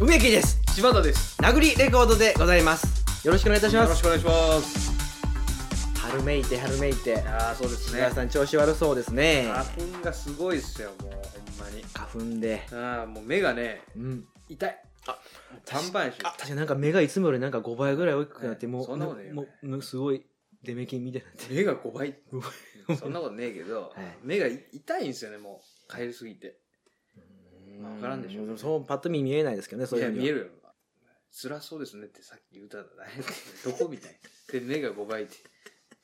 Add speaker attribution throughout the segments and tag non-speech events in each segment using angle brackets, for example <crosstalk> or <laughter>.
Speaker 1: 植木です
Speaker 2: 柴田です
Speaker 1: 殴りレコードでございますよろしくお願いいたし
Speaker 2: よ
Speaker 1: ま
Speaker 2: ろし
Speaker 1: す
Speaker 2: くお願いします
Speaker 1: 春めいて春めいて
Speaker 2: ああそうですね
Speaker 1: 皆さん調子悪そうですね
Speaker 2: 花粉がすごいっすよもうほんまに
Speaker 1: 花粉で
Speaker 2: ああもう目がね
Speaker 1: うん
Speaker 2: 痛い
Speaker 1: あ
Speaker 2: パンパンやし
Speaker 1: あ確かになんか目がいつもよりなんか5倍ぐらい大きくなって
Speaker 2: ね
Speaker 1: もう
Speaker 2: そんなことないよね
Speaker 1: もうもうすごいデメキンみたいになって
Speaker 2: 目が5倍
Speaker 1: 5
Speaker 2: <laughs> そんなことねえけど、
Speaker 1: はい
Speaker 2: 目がい痛いんですよねもうかゆすぎてまあわからんでしょうね
Speaker 1: うそうパッと見見えないですけどねそう
Speaker 2: い
Speaker 1: いう
Speaker 2: や
Speaker 1: ふうに
Speaker 2: 見
Speaker 1: は
Speaker 2: えるよ辛そうですねってさっき言うたら <laughs> ねどこみたいで目が5倍って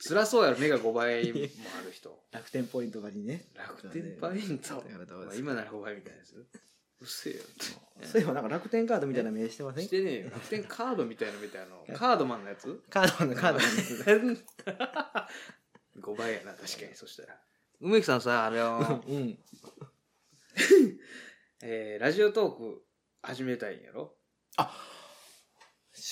Speaker 2: 辛そうやろ目が5倍もある人
Speaker 1: 楽天ポイントがにね
Speaker 2: 楽天パイント、
Speaker 1: だからどう
Speaker 2: ま
Speaker 1: で
Speaker 2: あ、
Speaker 1: すか
Speaker 2: 今なら5倍みたいですうっせえよ
Speaker 1: そういえばなんか楽天カードみたいな名してません
Speaker 2: してねえよ楽天カードみたいなみたいなカードマンのやつ
Speaker 1: カードのカードのやつ
Speaker 2: <laughs> 5倍やな確かにそしたら梅木さんさあれは、
Speaker 1: うん
Speaker 2: <laughs> えーラジオトーク始めたいんやろ、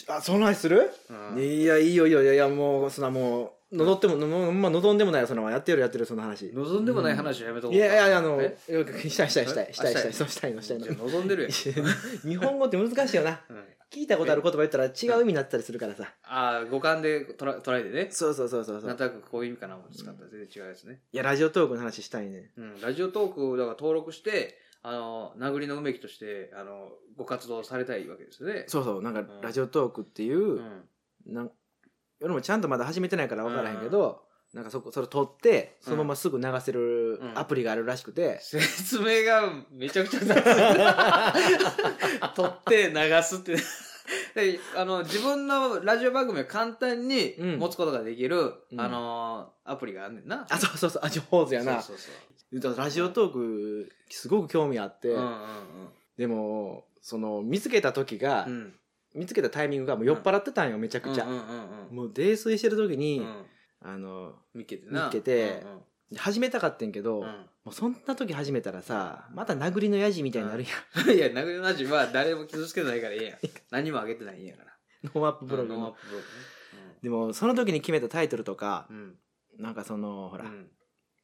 Speaker 1: あその話する
Speaker 2: うん
Speaker 1: いやいいよいいよいやいやもうそんなもう望ってもののまあ望んでもないよそのやってるやってるその話
Speaker 2: 望んでもない話はやめとこう
Speaker 1: いやいやいやあの
Speaker 2: え
Speaker 1: よくしたいしたいしたいしたい
Speaker 2: あ
Speaker 1: したいそうしたいのしたいの
Speaker 2: じゃあ望んでるや
Speaker 1: <laughs>
Speaker 2: ん、
Speaker 1: 日本語って難しいよな
Speaker 2: うん
Speaker 1: 聞いたことある言葉言ったら違う意味になったりするからさ
Speaker 2: ああ、五感でトラ捉えてね。
Speaker 1: そうそうそうそうそ
Speaker 2: なん
Speaker 1: う
Speaker 2: となくこういう意味かな思って使ったら全然違うやつね。
Speaker 1: いやラジオトークの話したいね
Speaker 2: うん。ラジオトークをだから登録して、あの、殴りの梅木として、あの、ご活動されたいわけですよね。
Speaker 1: そうそうなんか
Speaker 2: ん
Speaker 1: ラジオトークっていうう、
Speaker 2: ん。
Speaker 1: なん俺もちゃんとまだ始めてないから分からへんけど、なんかそこそれ撮ってそのまますぐ流せる
Speaker 2: うん
Speaker 1: アプリがあるらしく <laughs> て、
Speaker 2: 説明がめちゃくちゃ
Speaker 1: <laughs>
Speaker 2: 雑。撮って流
Speaker 1: <laughs>
Speaker 2: すって。であの自分のラジオ番組を簡単に
Speaker 1: うん
Speaker 2: 持つことができる、
Speaker 1: うん
Speaker 2: あのアプリがあんねんな。
Speaker 1: あそうそうそうあ上手やな
Speaker 2: そうそうそ
Speaker 1: だからラジオトークすごく興味あって、
Speaker 2: う。うんうん
Speaker 1: でもその見つけた時が、
Speaker 2: うん。うん。
Speaker 1: 見つけたタイミングがもう酔っ払ってたんよめちゃくちゃ、
Speaker 2: うんうんうんうん
Speaker 1: もう泥酔してる時に、
Speaker 2: うん
Speaker 1: あの
Speaker 2: 見っけてな。
Speaker 1: 見っけて
Speaker 2: うんうん
Speaker 1: 始めたかってんけど、もうそんな時始めたらさまた殴りのやじみたいになるやん、
Speaker 2: うん、いや、殴りのラジオは誰も傷つけてないからええやん。何もあげてないんやから。
Speaker 1: <laughs> ノーアップブログ
Speaker 2: ノンアッ
Speaker 1: の
Speaker 2: プブログね。
Speaker 1: でもその時に決めたタイトルとか
Speaker 2: う、ん。
Speaker 1: なんかそのほ
Speaker 2: ほ
Speaker 1: ら、
Speaker 2: うん、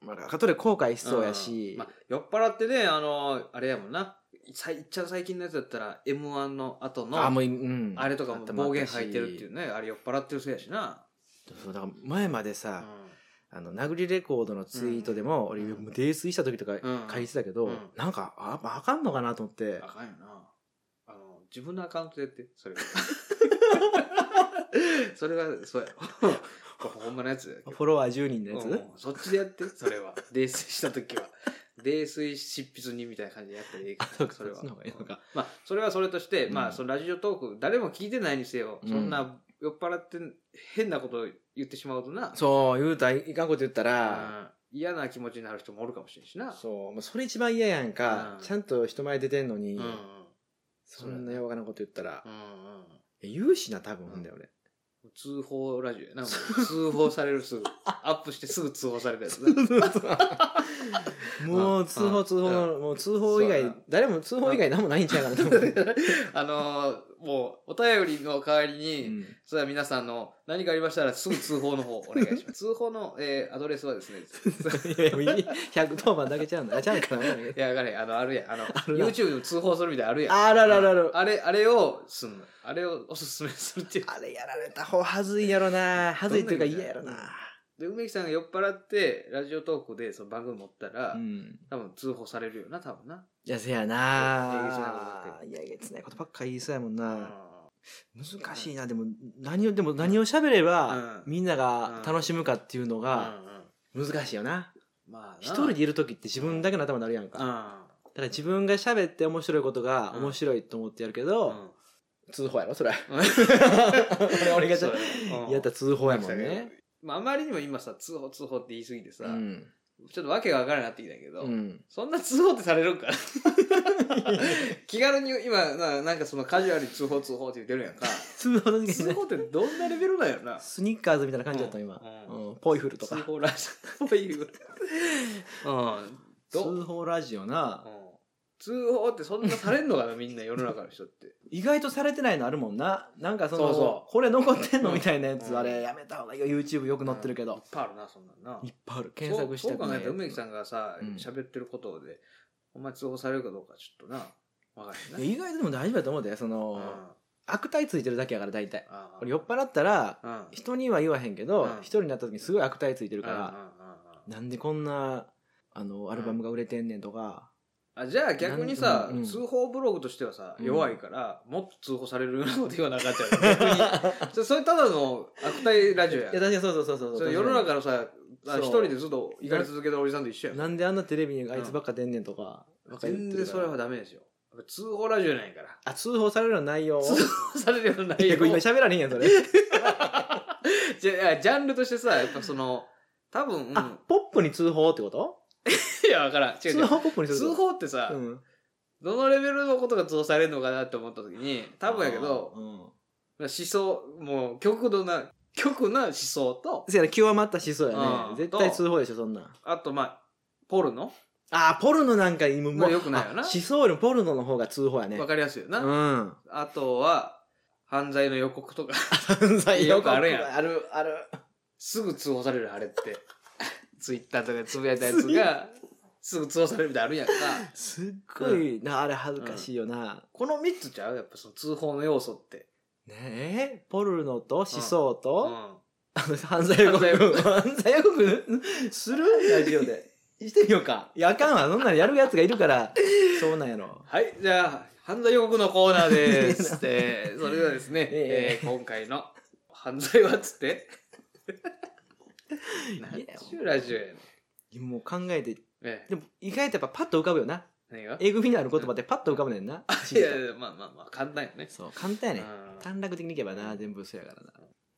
Speaker 1: まあ、後で後悔しそうやし、
Speaker 2: まあ、酔っ払ってね、あのあれやもんな。さいっちゃん最近のやつだったら、M1 の後の、
Speaker 1: あも
Speaker 2: あ
Speaker 1: う、うん、
Speaker 2: れとかも暴言吐いてるっていうね。あれ酔っ払ってるせいやしな。
Speaker 1: そうだから前まで
Speaker 2: うん
Speaker 1: さ、あの殴りレコードのツイートでも、俺
Speaker 2: うん
Speaker 1: もう泥酔した時とか
Speaker 2: ん
Speaker 1: 書いてたけど、
Speaker 2: うん
Speaker 1: なんかあやっぱあかんのかなと思って
Speaker 2: あかんよな。あの、自分のアカウントでやって、それ
Speaker 1: <laughs>
Speaker 2: は。それは、そ
Speaker 1: <laughs>
Speaker 2: うやろ。これほんまのやつやけど
Speaker 1: フォロワー10人のやつ、
Speaker 2: うんそっちでやってそれは泥酔した時は泥酔執筆にみたいな感じでやったらいいか
Speaker 1: そう
Speaker 2: ら
Speaker 1: かそ
Speaker 2: それは
Speaker 1: っちの方がいいのか
Speaker 2: まあそれはそれとして、
Speaker 1: うん
Speaker 2: まあそのラジオトーク誰も聞いてないにせよ
Speaker 1: うん
Speaker 2: そんな酔っ払って変なこと言ってしまうとな、
Speaker 1: そう言うたらいかんこと言ったら、
Speaker 2: うん嫌な気持ちになる人もおるかもしれんしな
Speaker 1: そうもうそれ一番嫌やんか、
Speaker 2: うん
Speaker 1: ちゃんと人前出てんのに、
Speaker 2: うんうん
Speaker 1: そんなやばかなこと言ったら
Speaker 2: う、んうん
Speaker 1: いや言うしな多分ほんだよ俺、
Speaker 2: 通報ラジオやな
Speaker 1: <laughs>
Speaker 2: もう通報されるすぐアップしてすぐ通報されるやつな
Speaker 1: もう通報
Speaker 2: うん
Speaker 1: 通報の、もう通報以
Speaker 2: そうや
Speaker 1: 外
Speaker 2: な
Speaker 1: 誰も通報以外何もないんちゃうかなと思って、
Speaker 2: あのーもうお便りの代わりに、
Speaker 1: うん
Speaker 2: それでは皆さんの何かありましたらすぐ通報の方お願いし
Speaker 1: <laughs>
Speaker 2: ます。通報の、えーアドレスはですね、
Speaker 1: いやいや、110番だけちゃうんだ。あ、ちゃうんかな。
Speaker 2: いや、あれ、あの、あるやん、あの、
Speaker 1: るな
Speaker 2: YouTube の通報するみたいなのあるやん。
Speaker 1: あらららら。
Speaker 2: あれ、あれをすんの。あれをおすすめするっていう。 <laughs>
Speaker 1: あれやられた方はずいやろな。はずいというか
Speaker 2: どんな
Speaker 1: 嫌
Speaker 2: 意味
Speaker 1: や
Speaker 2: だよ
Speaker 1: ろな。
Speaker 2: で、梅木さんが酔っ払って、ラジオトークでその番組持ったら、
Speaker 1: ん。
Speaker 2: 多分通報されるよな、多分な。
Speaker 1: いや、せやな。いや、えげつないことばっかり言いそうやもん
Speaker 2: うん
Speaker 1: な。難しいな。でも、何を、でも何を喋れば
Speaker 2: うん、
Speaker 1: みんなが楽しむかっていうのが、
Speaker 2: うんうん
Speaker 1: 難しいよな。
Speaker 2: まあな、
Speaker 1: 一人でいる時って自分だけの頭になるやん
Speaker 2: う
Speaker 1: か。だ
Speaker 2: ん。
Speaker 1: から自分が喋って面白いことが
Speaker 2: うん
Speaker 1: 面白いと思ってやるけ
Speaker 2: う
Speaker 1: ど、
Speaker 2: ん。
Speaker 1: 通報やろそれ。
Speaker 2: 俺
Speaker 1: <laughs> 俺がちょや
Speaker 2: や
Speaker 1: ったら通報やもんね。。
Speaker 2: まあ、あまりにも今さ、通報通報って言い過ぎてさ、
Speaker 1: うん。
Speaker 2: ちょっとわけがわからなくなってきたんやけど、
Speaker 1: うん。
Speaker 2: そんな通報ってされるんかな <laughs> 気軽に今ななんかそのカジュアルに通報通報って言ってるやんか
Speaker 1: 通報の時
Speaker 2: 通
Speaker 1: に
Speaker 2: 報ってどんなレベルなんやろな
Speaker 1: スニッカーズみたいな感じだった今、
Speaker 2: う
Speaker 1: うんんポイフルと
Speaker 2: 通
Speaker 1: か
Speaker 2: 報ラジオっ
Speaker 1: <laughs>
Speaker 2: ていううんどう
Speaker 1: 通報ラジオな、
Speaker 2: うん通報ってそんなされんのかなみんな世の中の人って
Speaker 1: 意外とされてないのあるもんななんかその
Speaker 2: そうそう
Speaker 1: これ残ってんの
Speaker 2: うん
Speaker 1: みたいなやつ、
Speaker 2: うん
Speaker 1: あれやめた方がいいよ YouTube よく載ってるけ
Speaker 2: うんい
Speaker 1: ど
Speaker 2: っ、ぱいあるなそんなんない
Speaker 1: っぱいある検索した
Speaker 2: そう
Speaker 1: く
Speaker 2: そう考
Speaker 1: な
Speaker 2: え
Speaker 1: い
Speaker 2: たら梅木さんがさ
Speaker 1: うん
Speaker 2: 喋ってることでお前通報されるかどうかちょっとなわかる
Speaker 1: いや意外とでも大丈夫だと思うでその、
Speaker 2: な
Speaker 1: 悪態ついてるだけやから大体
Speaker 2: あ
Speaker 1: 俺酔っ払ったら
Speaker 2: うんうん
Speaker 1: 人には言わへんけど
Speaker 2: うん
Speaker 1: 一人になった時にすごい悪態ついてるか
Speaker 2: うん
Speaker 1: ら
Speaker 2: うんうんうん
Speaker 1: なんでこんなあのアルバムが売れてんねんとか
Speaker 2: あじゃあ逆に
Speaker 1: な
Speaker 2: さ、
Speaker 1: んうんうん
Speaker 2: 通報ブログとしてはさ、
Speaker 1: うん
Speaker 2: 弱いからもっと通報されるようなこと言わなかったよ逆
Speaker 1: <laughs>
Speaker 2: にそそれただの悪態ラジオや
Speaker 1: いや確かにそうそうそうそう
Speaker 2: そ
Speaker 1: そう
Speaker 2: れ世の中のさあ
Speaker 1: そう
Speaker 2: 一人でずっと怒り続けたおじさんと一緒やん
Speaker 1: なんであんなテレビにあいつばっか出んねんとかばっか言ってるか
Speaker 2: 全
Speaker 1: ら
Speaker 2: 然それはダメですよやっぱ通報ラジオやないから <laughs>
Speaker 1: あ通報されるような内容
Speaker 2: 通報されるような内
Speaker 1: 結
Speaker 2: 容
Speaker 1: 構今喋られへんやんそれ
Speaker 2: じゃあジャンルとしてさやっぱその多分、うん、
Speaker 1: あポップに通報ってこと
Speaker 2: いやわからん違う違
Speaker 1: 通
Speaker 2: う
Speaker 1: 報ポップにする
Speaker 2: 通報ってさ、
Speaker 1: うん
Speaker 2: どのレベルのことが通報されるのかなって思った時に多分やけど
Speaker 1: うん
Speaker 2: 思想もう極度な極な思想と
Speaker 1: せやな極まった思想や
Speaker 2: うん
Speaker 1: ね絶対通報でしょそんなん
Speaker 2: あとまあポルノ
Speaker 1: あーポルノなんか今
Speaker 2: まあ良くないよな
Speaker 1: あ思想よりポルノの方が通報やね
Speaker 2: わかりやすいよな、
Speaker 1: うん <laughs>
Speaker 2: あとは犯罪の予告とか
Speaker 1: 犯罪
Speaker 2: よくあるやん
Speaker 1: あるある
Speaker 2: すぐ通報されるあれって <laughs> ツイッターとかでつぶやいたやつがすぐ通報されるみたいなのあるやんか
Speaker 1: すっごいなあれ恥ずかしいよな
Speaker 2: この3つちゃうやっぱその通報の要素って、
Speaker 1: ねえポルノと思想
Speaker 2: う
Speaker 1: と
Speaker 2: ん、
Speaker 1: あの <laughs> 犯罪予告
Speaker 2: 犯罪予告
Speaker 1: 犯罪予告するラジオ
Speaker 2: <laughs>
Speaker 1: でしてみようかいやあかんわそんなのやるやつがいるからそうなんやろ
Speaker 2: はいじゃあ犯罪予告のコーナーです
Speaker 1: <laughs>
Speaker 2: でそれではですね、え
Speaker 1: え
Speaker 2: ー今回の犯罪はっつって何ちゅうラジオやねん
Speaker 1: もう考えて
Speaker 2: ええ
Speaker 1: でも意外とやっぱパッと浮かぶよな
Speaker 2: 何が
Speaker 1: えぐみのある言葉ってパッと浮かぶねんない
Speaker 2: やいやまあまあまあ簡単よね。
Speaker 1: そう簡単やね
Speaker 2: うん
Speaker 1: 短絡的にいけばな全部嘘やからな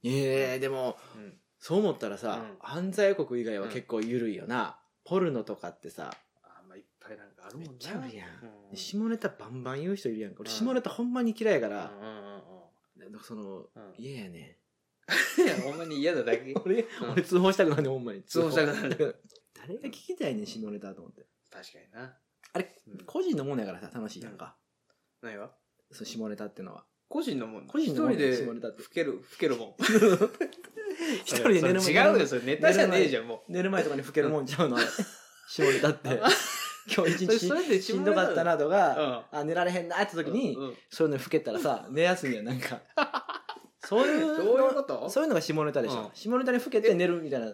Speaker 1: ええでも
Speaker 2: うん
Speaker 1: そう思ったらさ、
Speaker 2: うん
Speaker 1: 犯罪予告以外は結構緩いよな、ポルノとかってさ
Speaker 2: あんまいっぱいなんかある
Speaker 1: め
Speaker 2: も
Speaker 1: っ
Speaker 2: ん
Speaker 1: ちゃあるやん、
Speaker 2: うん
Speaker 1: 下ネタバンバン言う人いるやんか俺
Speaker 2: うん
Speaker 1: 下ネタほんまに嫌いやか
Speaker 2: うん
Speaker 1: ら、
Speaker 2: うんうん
Speaker 1: なんかその
Speaker 2: うん
Speaker 1: 嫌、やね
Speaker 2: <laughs> うんいやほんまに嫌だだけ。確
Speaker 1: 俺、
Speaker 2: ん
Speaker 1: 俺通報したくなんねんほんまに
Speaker 2: 通報 <laughs> したくなんねん
Speaker 1: 誰が聞きたいねん下ネタと思って
Speaker 2: かにな。
Speaker 1: あれ
Speaker 2: うん
Speaker 1: 個人のもんやからさ楽しいやんか、
Speaker 2: 何が
Speaker 1: その下ネタってのは
Speaker 2: 個人のもん。
Speaker 1: 個人のもん
Speaker 2: 一人
Speaker 1: 下ネ
Speaker 2: で
Speaker 1: タって
Speaker 2: ふける、ふけるもん。
Speaker 1: <laughs> 一人で寝る
Speaker 2: そ
Speaker 1: 前
Speaker 2: れ違うよ、それネタじゃねえじゃん、も
Speaker 1: 寝る前とかに老けるもんち <laughs> ゃうのあれ下ネタっ
Speaker 2: う。
Speaker 1: て今日一
Speaker 2: それ
Speaker 1: 日
Speaker 2: それで
Speaker 1: しんどかったなとか、
Speaker 2: うん。
Speaker 1: あ寝られへんなって時に、
Speaker 2: うんうん
Speaker 1: そういうのに老けたら <laughs> さ寝やすいんやなんかそういうの
Speaker 2: どういうこと
Speaker 1: そういうのが下ネタでしょ、
Speaker 2: うん
Speaker 1: 下ネタに老けて寝るみたいな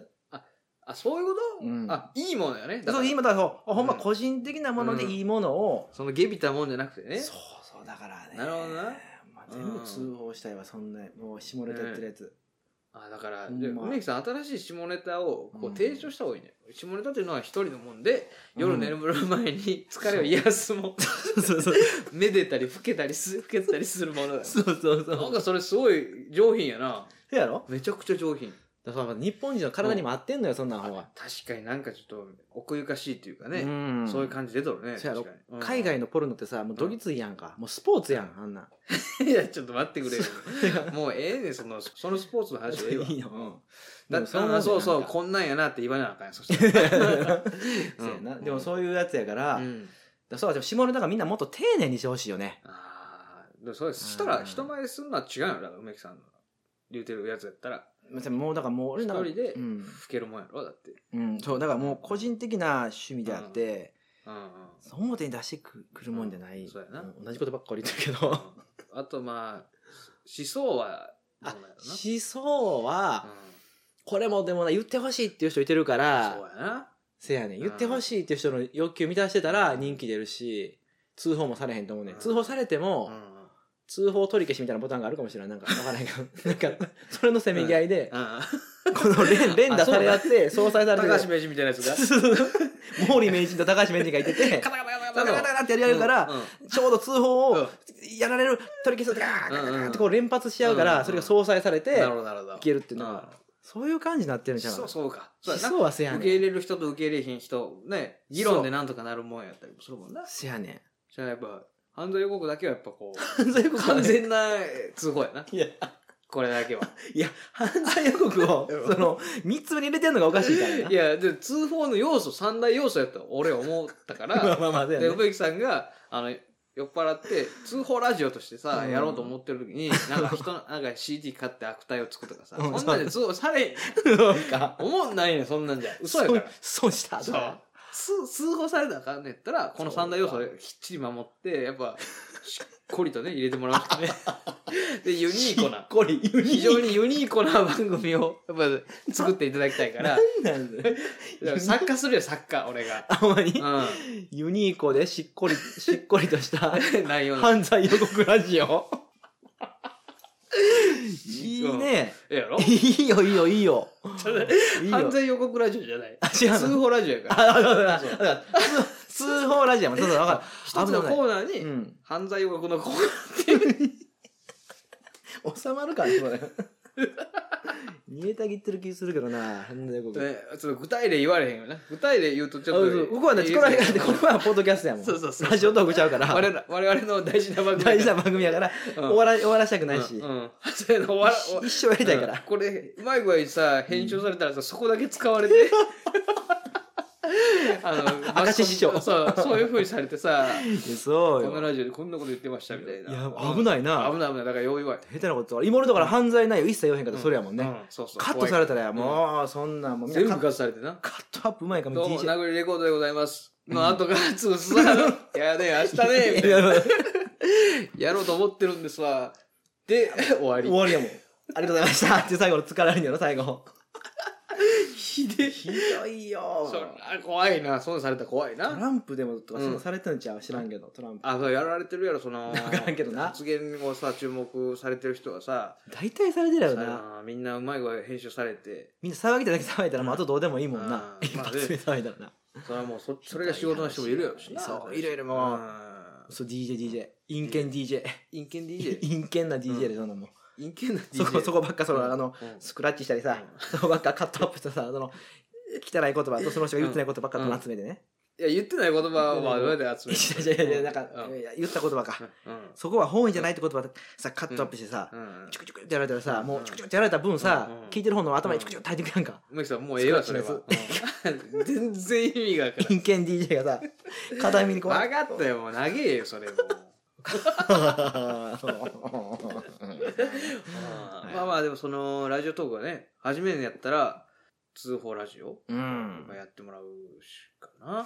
Speaker 2: あ、そういうこ
Speaker 1: うん
Speaker 2: とあ、いいものよね。だか
Speaker 1: そう
Speaker 2: ら
Speaker 1: 今だそうほんま
Speaker 2: うん
Speaker 1: 個人的なものでいいものを、
Speaker 2: そのゲビたもんじゃなくてね。
Speaker 1: そうそうだからね
Speaker 2: なるほどな
Speaker 1: まあ、全部通報したいわそんなもう下ネタ言ってるやつ、
Speaker 2: あだから、
Speaker 1: ほん
Speaker 2: じゃあ
Speaker 1: ま
Speaker 2: 梅木さん新しい下ネタをこ
Speaker 1: う
Speaker 2: うん提唱した方がいいね、下ネタというのは一人のもんで夜
Speaker 1: うん
Speaker 2: 眠る前に疲れを癒すもん、
Speaker 1: そうそう
Speaker 2: <laughs> めでたりふけたりすふけたりするものだよ
Speaker 1: <laughs> そうそうそ
Speaker 2: なん
Speaker 1: う
Speaker 2: かそれすごい上品やな
Speaker 1: そやろ
Speaker 2: めちゃくちゃ上品
Speaker 1: だから日本人の体にも合ってんのよそんなん方が
Speaker 2: 確かになんかちょっと奥ゆかしいというかね、
Speaker 1: ん
Speaker 2: そういう感じ出とるね
Speaker 1: そうやろ
Speaker 2: 確かにうん
Speaker 1: 海外のポルノってさもうどぎついやんか、もうスポーツやんあんなん
Speaker 2: <laughs> いやちょっと待って
Speaker 1: <laughs>
Speaker 2: くれよもうええねんそのそのスポーツの話はいええわ
Speaker 1: いよ、うん、
Speaker 2: だ
Speaker 1: でも
Speaker 2: って
Speaker 1: の
Speaker 2: あそ
Speaker 1: <laughs>
Speaker 2: うそう
Speaker 1: なんか
Speaker 2: こんなんやなって言わなあかんやんそし
Speaker 1: そ
Speaker 2: た
Speaker 1: う
Speaker 2: ら、
Speaker 1: やな、
Speaker 2: うん
Speaker 1: でもそう <laughs> いうやつやから、
Speaker 2: う
Speaker 1: だか
Speaker 2: ん
Speaker 1: らそうだ下ネタがみんなもっと丁寧にしてほしいよね
Speaker 2: ああ、でもそれしたら人前でするのは違うよ、だから梅木さんの言うてるやつやったら、
Speaker 1: もうだからもう俺
Speaker 2: 一
Speaker 1: なんか
Speaker 2: 人で
Speaker 1: うん、
Speaker 2: 老けるもんやろ、だって。
Speaker 1: うん、そうだからもう個人的な趣味であって、
Speaker 2: うんうん。
Speaker 1: 表に出してくくるもんじゃない、
Speaker 2: うんそうやなん
Speaker 1: 同じことばっかり言ってるけ
Speaker 2: うん
Speaker 1: ど
Speaker 2: あとまあ、思想はどう
Speaker 1: あ
Speaker 2: なんやろな、
Speaker 1: <laughs> 思想は、
Speaker 2: うん
Speaker 1: これもでもな言ってほしいっていう人いてるから
Speaker 2: そうやな。
Speaker 1: せやねん言ってほしいっていう人の欲求満たしてたら人気出るし通報もされへんと思うねん
Speaker 2: うん
Speaker 1: 通報されても、
Speaker 2: うんうん
Speaker 1: 通報取り消しみたいなボタンがあるかもしれないなんかわからへんけどなんかそれのせめぎ合いで、
Speaker 2: うん
Speaker 1: この連連打され合って総裁されて
Speaker 2: 高橋名人みたいなやつが。
Speaker 1: 毛利名人と高橋名人がいてて
Speaker 2: カタカタ
Speaker 1: ガタ
Speaker 2: カタ
Speaker 1: ガタ
Speaker 2: カタ
Speaker 1: ガタってやり合うから、
Speaker 2: うんうん
Speaker 1: ちょうど通報
Speaker 2: うん
Speaker 1: をやられる取り消すガーガーガーガーってこう連発し合うか
Speaker 2: うんう
Speaker 1: ら
Speaker 2: ん
Speaker 1: それが総裁されて
Speaker 2: なるほど、なるほど。
Speaker 1: 消えるっていうのはそういう感じになってる
Speaker 2: うんん
Speaker 1: じゃない
Speaker 2: そう、そうか。そう
Speaker 1: 思
Speaker 2: やな。
Speaker 1: 想はせやね
Speaker 2: 受
Speaker 1: ん
Speaker 2: け入れる人と受け入れへん人、ね、議論でなんとかなるもんやったりもするもんな。
Speaker 1: せやねん
Speaker 2: じゃあやっぱ、犯罪予告だけはやっぱこう。 <laughs>
Speaker 1: 犯罪予告はね
Speaker 2: 完全な通報やな。
Speaker 1: いや
Speaker 2: これだ <laughs> けは。
Speaker 1: いや犯罪予告をその3つ目に入れてんのがおかしいからない
Speaker 2: や、で通報の要素、三大要素やと俺思ったか <laughs>
Speaker 1: まあ
Speaker 2: ら、
Speaker 1: まあまあだ
Speaker 2: で、
Speaker 1: よね
Speaker 2: 梅木さんが、あの、酔っ払って、通報ラジオとしてさ、
Speaker 1: うん
Speaker 2: やろうと思ってる時に、なんか人の、なんか CD 買って悪態をつくとかさ、
Speaker 1: うん
Speaker 2: そんなんで通報されへん。
Speaker 1: なんか
Speaker 2: 思んないねんそんなんじゃ。嘘やから。
Speaker 1: 損損したと
Speaker 2: そう
Speaker 1: か。
Speaker 2: 通通報されたらあかんねやったらこの三大要素をきっちり守ってやっぱしっこりとね入れてもらう <laughs> ねでユニークな
Speaker 1: これユニ
Speaker 2: 非常にユニークな番組をやっぱ作っていただきたい <laughs> から
Speaker 1: なんだよ
Speaker 2: だから作家するよ作家俺 <laughs> が。
Speaker 1: あんまり
Speaker 2: う
Speaker 1: ユニーコでしっこりしっこりとした
Speaker 2: ん、 <laughs> 内容の
Speaker 1: 犯罪予告ラジオいいね
Speaker 2: ええやろ
Speaker 1: いいよいいよいいよいいよ
Speaker 2: 犯罪予告ラジオじゃない
Speaker 1: あ違うの
Speaker 2: 通報ラジオや
Speaker 1: あ
Speaker 2: か
Speaker 1: だ
Speaker 2: ら
Speaker 1: からだからだから通通報ラジオもそうそう分か
Speaker 2: 一つ
Speaker 1: る危な
Speaker 2: の
Speaker 1: い危
Speaker 2: コーナ
Speaker 1: ない、う
Speaker 2: ーに
Speaker 1: ん、
Speaker 2: 犯罪予告のコーナ
Speaker 1: 収まるかねこれ <laughs> 煮えたぎってる気するけどな犯罪予告
Speaker 2: ーねちょっと具体例言われへんよね具体例言うとち
Speaker 1: あ
Speaker 2: ょ
Speaker 1: そ
Speaker 2: っ
Speaker 1: う
Speaker 2: と
Speaker 1: そう僕はね、これは、これはポッドキャストやもん。
Speaker 2: そうそうそう
Speaker 1: ラジオトークちゃうから、
Speaker 2: <laughs> 我々我々の大事な番組
Speaker 1: 大事な番組やから、
Speaker 2: うん
Speaker 1: 終わら、終わらしたくないし、
Speaker 2: うん <laughs> うんそうやな終わら終わ
Speaker 1: 一生やりたいから。
Speaker 2: うんこれうまい具合にさ編集されたらさそこだけ使われて
Speaker 1: <laughs>
Speaker 2: あの
Speaker 1: 明石師匠
Speaker 2: そうそういうふうにされてさ
Speaker 1: <laughs> そう
Speaker 2: この
Speaker 1: よ。
Speaker 2: ラジオでこんなこと言ってましたみたいない
Speaker 1: や危ないな
Speaker 2: 危ない危ないだからよう弱い
Speaker 1: 下手なことは、今のところ犯罪内容一切言わへんから、それやもんね。
Speaker 2: うそうそう
Speaker 1: カットされたら、
Speaker 2: ん
Speaker 1: もう、そんなん、もうみん
Speaker 2: 全
Speaker 1: なカ
Speaker 2: 部カットされてな
Speaker 1: カットアップうまいから、もう
Speaker 2: どうも
Speaker 1: DJ。
Speaker 2: 殴りレコードでございますの後からつ
Speaker 1: <laughs>
Speaker 2: ぶさいやね明日ねみたい
Speaker 1: いや
Speaker 2: な
Speaker 1: だから
Speaker 2: やろうと思ってるんですわで終わ
Speaker 1: <laughs>
Speaker 2: り
Speaker 1: 終わりやもん。ありがとうございました。って最後の疲れるんやろ、最後。ひでひどいよ。
Speaker 2: そら怖いな損されたら怖い
Speaker 1: ト
Speaker 2: な
Speaker 1: ランプでもとか、
Speaker 2: うん
Speaker 1: そんなされてんちゃう知らんけど、トランプ。
Speaker 2: あそうやられてるやろその
Speaker 1: わからんけどな
Speaker 2: 発言をさ注目されてる人はさ
Speaker 1: 大体されてるやろ
Speaker 2: さ
Speaker 1: な。
Speaker 2: あみんなうまい声編集されて
Speaker 1: みんな騒ぎただけ騒いだらもうあとどうでもいいもんな
Speaker 2: あ。ー
Speaker 1: 一
Speaker 2: まあ
Speaker 1: 発
Speaker 2: ね
Speaker 1: 目騒いだらな。
Speaker 2: それはもう
Speaker 1: <laughs>
Speaker 2: そそれが仕事の人もいるやろしな
Speaker 1: そう
Speaker 2: れ
Speaker 1: いろいろもう
Speaker 2: うん
Speaker 1: そう、DJ、DJ。陰険 DJ。
Speaker 2: 陰険 DJ
Speaker 1: 陰険な DJ でそんなもん。
Speaker 2: 陰険な DJ
Speaker 1: そこ、そこばっか、その、あの、
Speaker 2: うん
Speaker 1: スクラッチしたりさ、そこばっかカットアップしてさ、その、汚い言葉とその人が言ってない言葉ばっか取り集めてね。
Speaker 2: いや言ってない言葉はどうやって集め
Speaker 1: いやい
Speaker 2: る
Speaker 1: やいやいや、なんか
Speaker 2: うん、
Speaker 1: いや言った言葉か。
Speaker 2: うん
Speaker 1: そこは本意じゃないって言葉でさ、カットアップしてさ、
Speaker 2: うん
Speaker 1: チクチクってやられたらさ、もううんチクチクってやられた分さ
Speaker 2: うんうん、
Speaker 1: 聞いてる方の頭にチクチクって入ってくやんか。
Speaker 2: 梅木さんもうええわそれは、うん <laughs> 全然意味がわからん
Speaker 1: 陰険 DJ がさ、 <laughs> 片耳にこう。
Speaker 2: 分かったよもう長えよそれもうんまあまあでもそのラジオトークはね初めにやったら通報ラジオ
Speaker 1: <laughs> うん。
Speaker 2: やってもらうしかな、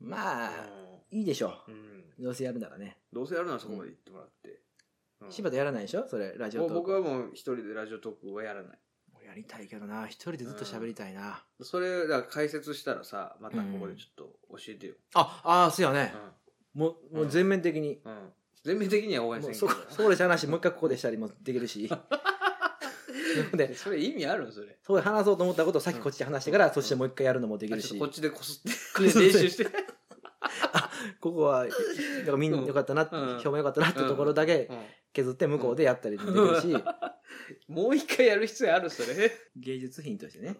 Speaker 1: まあ、いいでしょ
Speaker 2: うんうん
Speaker 1: う。どうせやるならね。
Speaker 2: どうせやるならそこまで行ってもらって、うん
Speaker 1: 柴田やらないでしょそれ、ラジオ
Speaker 2: も
Speaker 1: ト
Speaker 2: う
Speaker 1: ーク。
Speaker 2: 僕はもう一人でラジオトークはやらない
Speaker 1: もうやりたいけどな。一人でずっと喋りたいな。
Speaker 2: それだから解説したらさまたここでちょっと教えてよ、
Speaker 1: あ、ああ、そうやね
Speaker 2: う。ん
Speaker 1: もう、もう全面的に。
Speaker 2: うん全面的には応援
Speaker 1: も
Speaker 2: せん
Speaker 1: う
Speaker 2: けど
Speaker 1: そ
Speaker 2: な
Speaker 1: こ、そこでしゃあなし、もう一回ここでしたりもできる <laughs> し。で、
Speaker 2: それ意味あるんそれ
Speaker 1: そこで話そうと思ったことをさっきこっちで話してから、そっちでもう一回やるのもでき
Speaker 2: あ
Speaker 1: る
Speaker 2: ちょっと
Speaker 1: し。
Speaker 2: こっちでこすって練習して
Speaker 1: ここは、なんかみん
Speaker 2: う
Speaker 1: なんよかったな、
Speaker 2: うん
Speaker 1: 表面よかったなってところだけ削って向こうでやったりもできるし、
Speaker 2: もう一回やる必要あるそれ
Speaker 1: 芸術品としてね。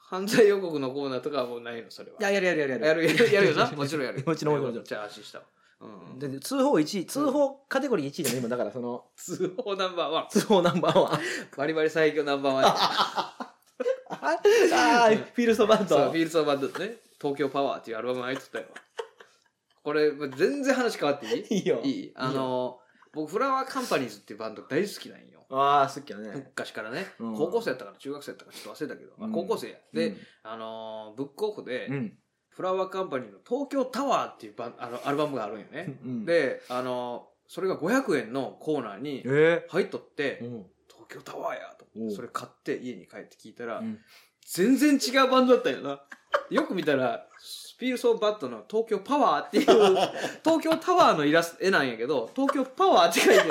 Speaker 2: 犯罪予告のコーナーとかはもうないのそれは
Speaker 1: や、やるやるやるやる。
Speaker 2: やるやるやるよ
Speaker 1: <laughs>
Speaker 2: なもちろんやる
Speaker 1: もちろんもちろん
Speaker 2: じゃあ安心したわうん
Speaker 1: で通報1位、通報カテゴリー1位でも今だからその、
Speaker 2: 通報ナンバーワン
Speaker 1: 通報ナンバーワ <laughs> ン。
Speaker 2: バリバリ最強ナ
Speaker 1: <laughs>
Speaker 2: ンバーワン
Speaker 1: ああ、フィルソバン
Speaker 2: そう
Speaker 1: ド
Speaker 2: フィ。ールドバンドね「東京パワー」っていうアルバム入っとったよこれ全然話変わっていい
Speaker 1: いいよ。
Speaker 2: いいあの僕フラワーカンパニーズっていうバンド大好きなんよ
Speaker 1: ああ、好きやね。
Speaker 2: 昔からね
Speaker 1: うん
Speaker 2: 高校生やったから中学生やったからちょっと忘れたけどまあ
Speaker 1: うん
Speaker 2: 高校生やで、あのーブックオフで、
Speaker 1: うん、うん。
Speaker 2: フラワーカンパニーの東京タワーっていうバンあのアルバムがあるんよね。
Speaker 1: うん、
Speaker 2: で、あのーそれが500円のコーナーに
Speaker 1: え
Speaker 2: 入っとって、
Speaker 1: えうん。 <laughs>
Speaker 2: 東京タワーやと
Speaker 1: お。う
Speaker 2: それ買って家に帰って聞いたら、
Speaker 1: うん
Speaker 2: 全然違うバンドだったよな。 <laughs> よく見たら、スピールソーバットの東京パワー
Speaker 1: <laughs>
Speaker 2: っていう、東京タワーのイラスト、絵なんやけど、東京パワー
Speaker 1: <laughs>
Speaker 2: って書いてある。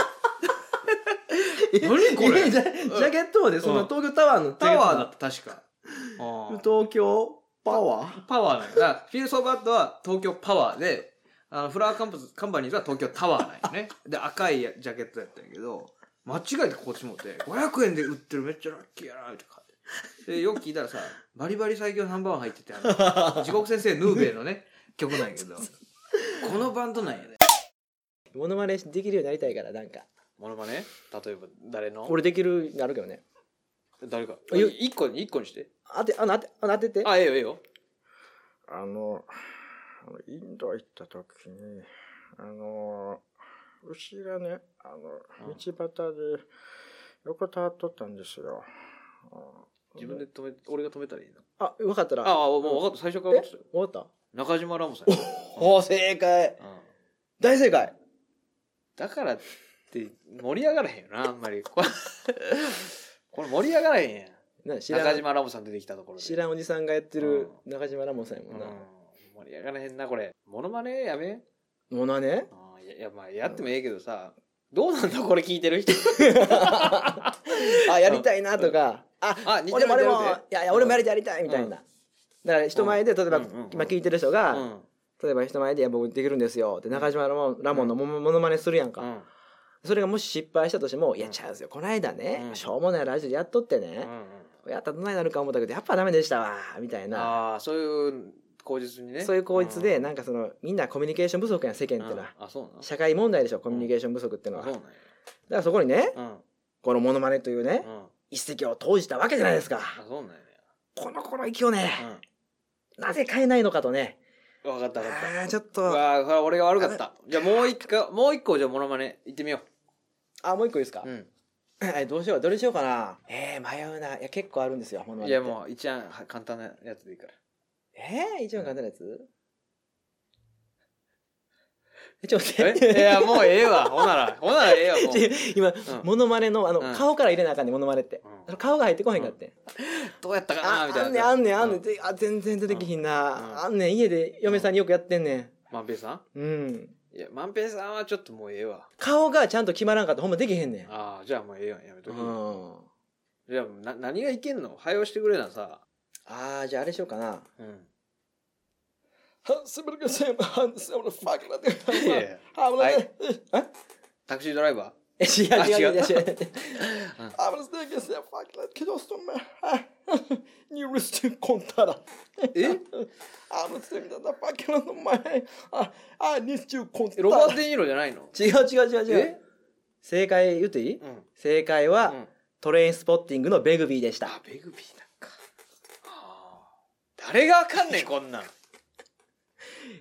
Speaker 2: 何これ
Speaker 1: えじゃジャケットまで、その東京タワーの
Speaker 2: タワーだった、確か。あー
Speaker 1: 東京パワー
Speaker 2: パワーなんやだから。フィール・ソーバットは東京パワーで、あのフラワーカンパスカンパニーズは東京タワーなんよね。で、赤いジャケットやったんやけど、間違えてこっち持って、500円で売ってるめっちゃラッキーやな、みたいな感じで、よく聞いたらさ、バリバリ最強ナンバーワン入ってて、あ
Speaker 1: <laughs>
Speaker 2: の、地獄先生ヌーベイのね、曲なんやけど、 <laughs> このバンドなんやね。
Speaker 1: モノマネできるようになりたいから、なんか。
Speaker 2: モノマネ例えば誰の
Speaker 1: 俺できるようになるけどね。
Speaker 2: 誰か。
Speaker 1: あよ
Speaker 2: 一個に、一個にして。
Speaker 1: 当て、あの、当て、あの当てて。
Speaker 2: あ、ええよ、ええよ。
Speaker 3: あの、あのインド行った時に、あの、牛がね、あ
Speaker 2: う
Speaker 3: の、道
Speaker 2: ん
Speaker 3: 端で横たわっとったんですよ。うん
Speaker 2: 自分で止め、俺が止めたらいいの。
Speaker 1: あ、分かったら。
Speaker 2: ああ、もう分かった。最初から分かってたよ。
Speaker 1: 終わった
Speaker 2: 中島ラモさんや。
Speaker 4: お正解
Speaker 2: うん
Speaker 4: 大正解
Speaker 2: だからって盛り上がらへんよな、あんまり。これこれ盛り上がらへんやん。
Speaker 1: な知らん
Speaker 2: 中島ラモさん出てきたところで。
Speaker 1: 知らんおじさんがやってる中島ラモンさんやもんな、
Speaker 2: うん盛り上がらへんな、これ。モノマネやめん
Speaker 1: もうなね
Speaker 2: あーいやいやまあやってもええけどさ、どうなんだこれ聞いてる人
Speaker 1: あやりたいなとか、あ
Speaker 2: あ似て
Speaker 1: 俺
Speaker 2: る
Speaker 1: も俺
Speaker 2: 似てる
Speaker 1: もいやいや俺もやりたいやりたいみたいな、だから人前で例えば、
Speaker 2: うんうんうん
Speaker 1: 今聞いてる人が、
Speaker 2: <laughs> うんうん
Speaker 1: 例えば人前で「いや僕できるんですよ」って中島ラモンラモンのもものまねするやんか、
Speaker 2: うん
Speaker 1: それがもし失敗したとしても「いうや
Speaker 2: ん
Speaker 1: ちゃうんですよこないだね、
Speaker 2: うん
Speaker 1: しょうもないラジオでやっとってね、やったらどないなるか思ったけどやっぱダメでしたわ」みたいな
Speaker 2: ああそういう口実にね
Speaker 1: そういう口実でなん
Speaker 2: か
Speaker 1: かそのみんなコミュニケーション不足やん世間ってのは。
Speaker 2: あそうなの
Speaker 1: 社会問題でしょコミュニケーション不足ってのは、
Speaker 2: あそ
Speaker 1: だ
Speaker 2: うな
Speaker 1: か
Speaker 2: んや
Speaker 1: らそこにね
Speaker 2: うん
Speaker 1: このモノマネというね、
Speaker 2: うん
Speaker 1: 一石を投じたわけじゃないですか、
Speaker 2: あそうなんや
Speaker 1: このこの息をね、
Speaker 2: うん
Speaker 1: なぜ変えないのかとね
Speaker 2: 分かった分かっ
Speaker 1: あーちょった
Speaker 2: う
Speaker 1: と
Speaker 2: わあこれ俺が悪かったじゃあもう一回もう一個じゃあモノマネ行ってみよ
Speaker 1: あもう一個いいですか
Speaker 2: う、うん
Speaker 1: えどうしようどれしようかなえー、迷うないや結構あるんですよモノマネって
Speaker 2: いやもう一番簡単なやつでいいから
Speaker 1: えー、一番簡単なやつ <laughs> えちょっと待って <laughs>
Speaker 2: えいやもうええわほならほならええよもう
Speaker 1: 今、
Speaker 2: ん
Speaker 1: モノマネのあの、
Speaker 2: うん
Speaker 1: 顔から入れなあかんねモノマネって、
Speaker 2: うん
Speaker 1: あの顔が入ってこへんかって、
Speaker 2: どうやったか
Speaker 1: あ
Speaker 2: なみたいな
Speaker 1: あ
Speaker 2: や
Speaker 1: ん
Speaker 2: つ
Speaker 1: ねんあんねんあんねん
Speaker 2: う
Speaker 1: であ全然出てきひんな、
Speaker 2: うん
Speaker 1: あんねん家で嫁さんによくやってんね
Speaker 2: 万平さん
Speaker 1: んうん
Speaker 2: いや万平さんはちょっともうええわ
Speaker 1: 顔がちゃんと決まらんかったらほんまできへんねん
Speaker 2: ああじゃあもうええやんやめと
Speaker 1: う
Speaker 2: き
Speaker 1: ん
Speaker 2: じゃあな何がいけんの早押してくれなさ
Speaker 1: あーじゃああれしようかな
Speaker 2: うん
Speaker 1: すみませんあすみませんファクラ
Speaker 2: いやいや
Speaker 1: あぶ <laughs>
Speaker 2: な
Speaker 1: ないい
Speaker 2: タクシードライバ
Speaker 1: え違う違う違う違う
Speaker 3: あぶないですよ、ファキラ、けど、そんな、
Speaker 1: <laughs>
Speaker 3: ニュースティコンタラ。
Speaker 2: ーえ
Speaker 3: あぶないだ、ファキラの前、あ、あ、ニュースティコンタ
Speaker 2: ロバート・
Speaker 3: ラ。
Speaker 2: デ・ニーロじゃないの
Speaker 1: 違う違う違う違
Speaker 2: え
Speaker 1: う正解言っていい、
Speaker 2: うん
Speaker 1: 正解は、
Speaker 2: うん
Speaker 1: トレインスポッティングのベグビーでした
Speaker 2: あベグビーなんかあー誰がわかんねんこんなん、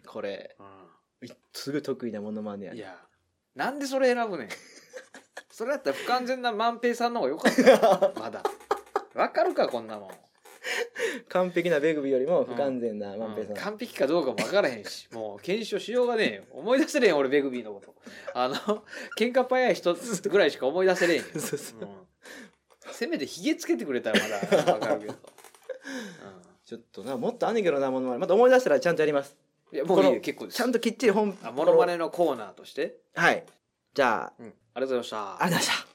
Speaker 1: これすぐ得意なモノマネや
Speaker 2: い
Speaker 1: ね
Speaker 2: やなんでそれ選ぶね <laughs> んそれやったら不完全な万平さんの方がよ <laughs> かったよまだわかるかこんなもん
Speaker 1: 完璧なベグビーよりも不完全な万平さん、 <laughs>
Speaker 2: 完璧かどうかも分からへんしもう検証しようがねえよ思い出せれへん俺ベグビーのことあの喧嘩早い人ぐらいしか思い出せれへんよ、 <laughs>
Speaker 1: そうそう
Speaker 2: うんせめてひげつけてくれたらまだ分かる <laughs> けど、
Speaker 1: ちょっとなもっとあんねんけどなモノマネまた思い出したらちゃんとやります
Speaker 2: うん、いやもういい
Speaker 1: こ
Speaker 2: よ
Speaker 1: の
Speaker 2: 結構です
Speaker 1: ちゃんときっちり本
Speaker 2: あモノマネのコーナーとして、
Speaker 1: はいじゃあ
Speaker 2: うんありがとうございました
Speaker 1: ありがとうございました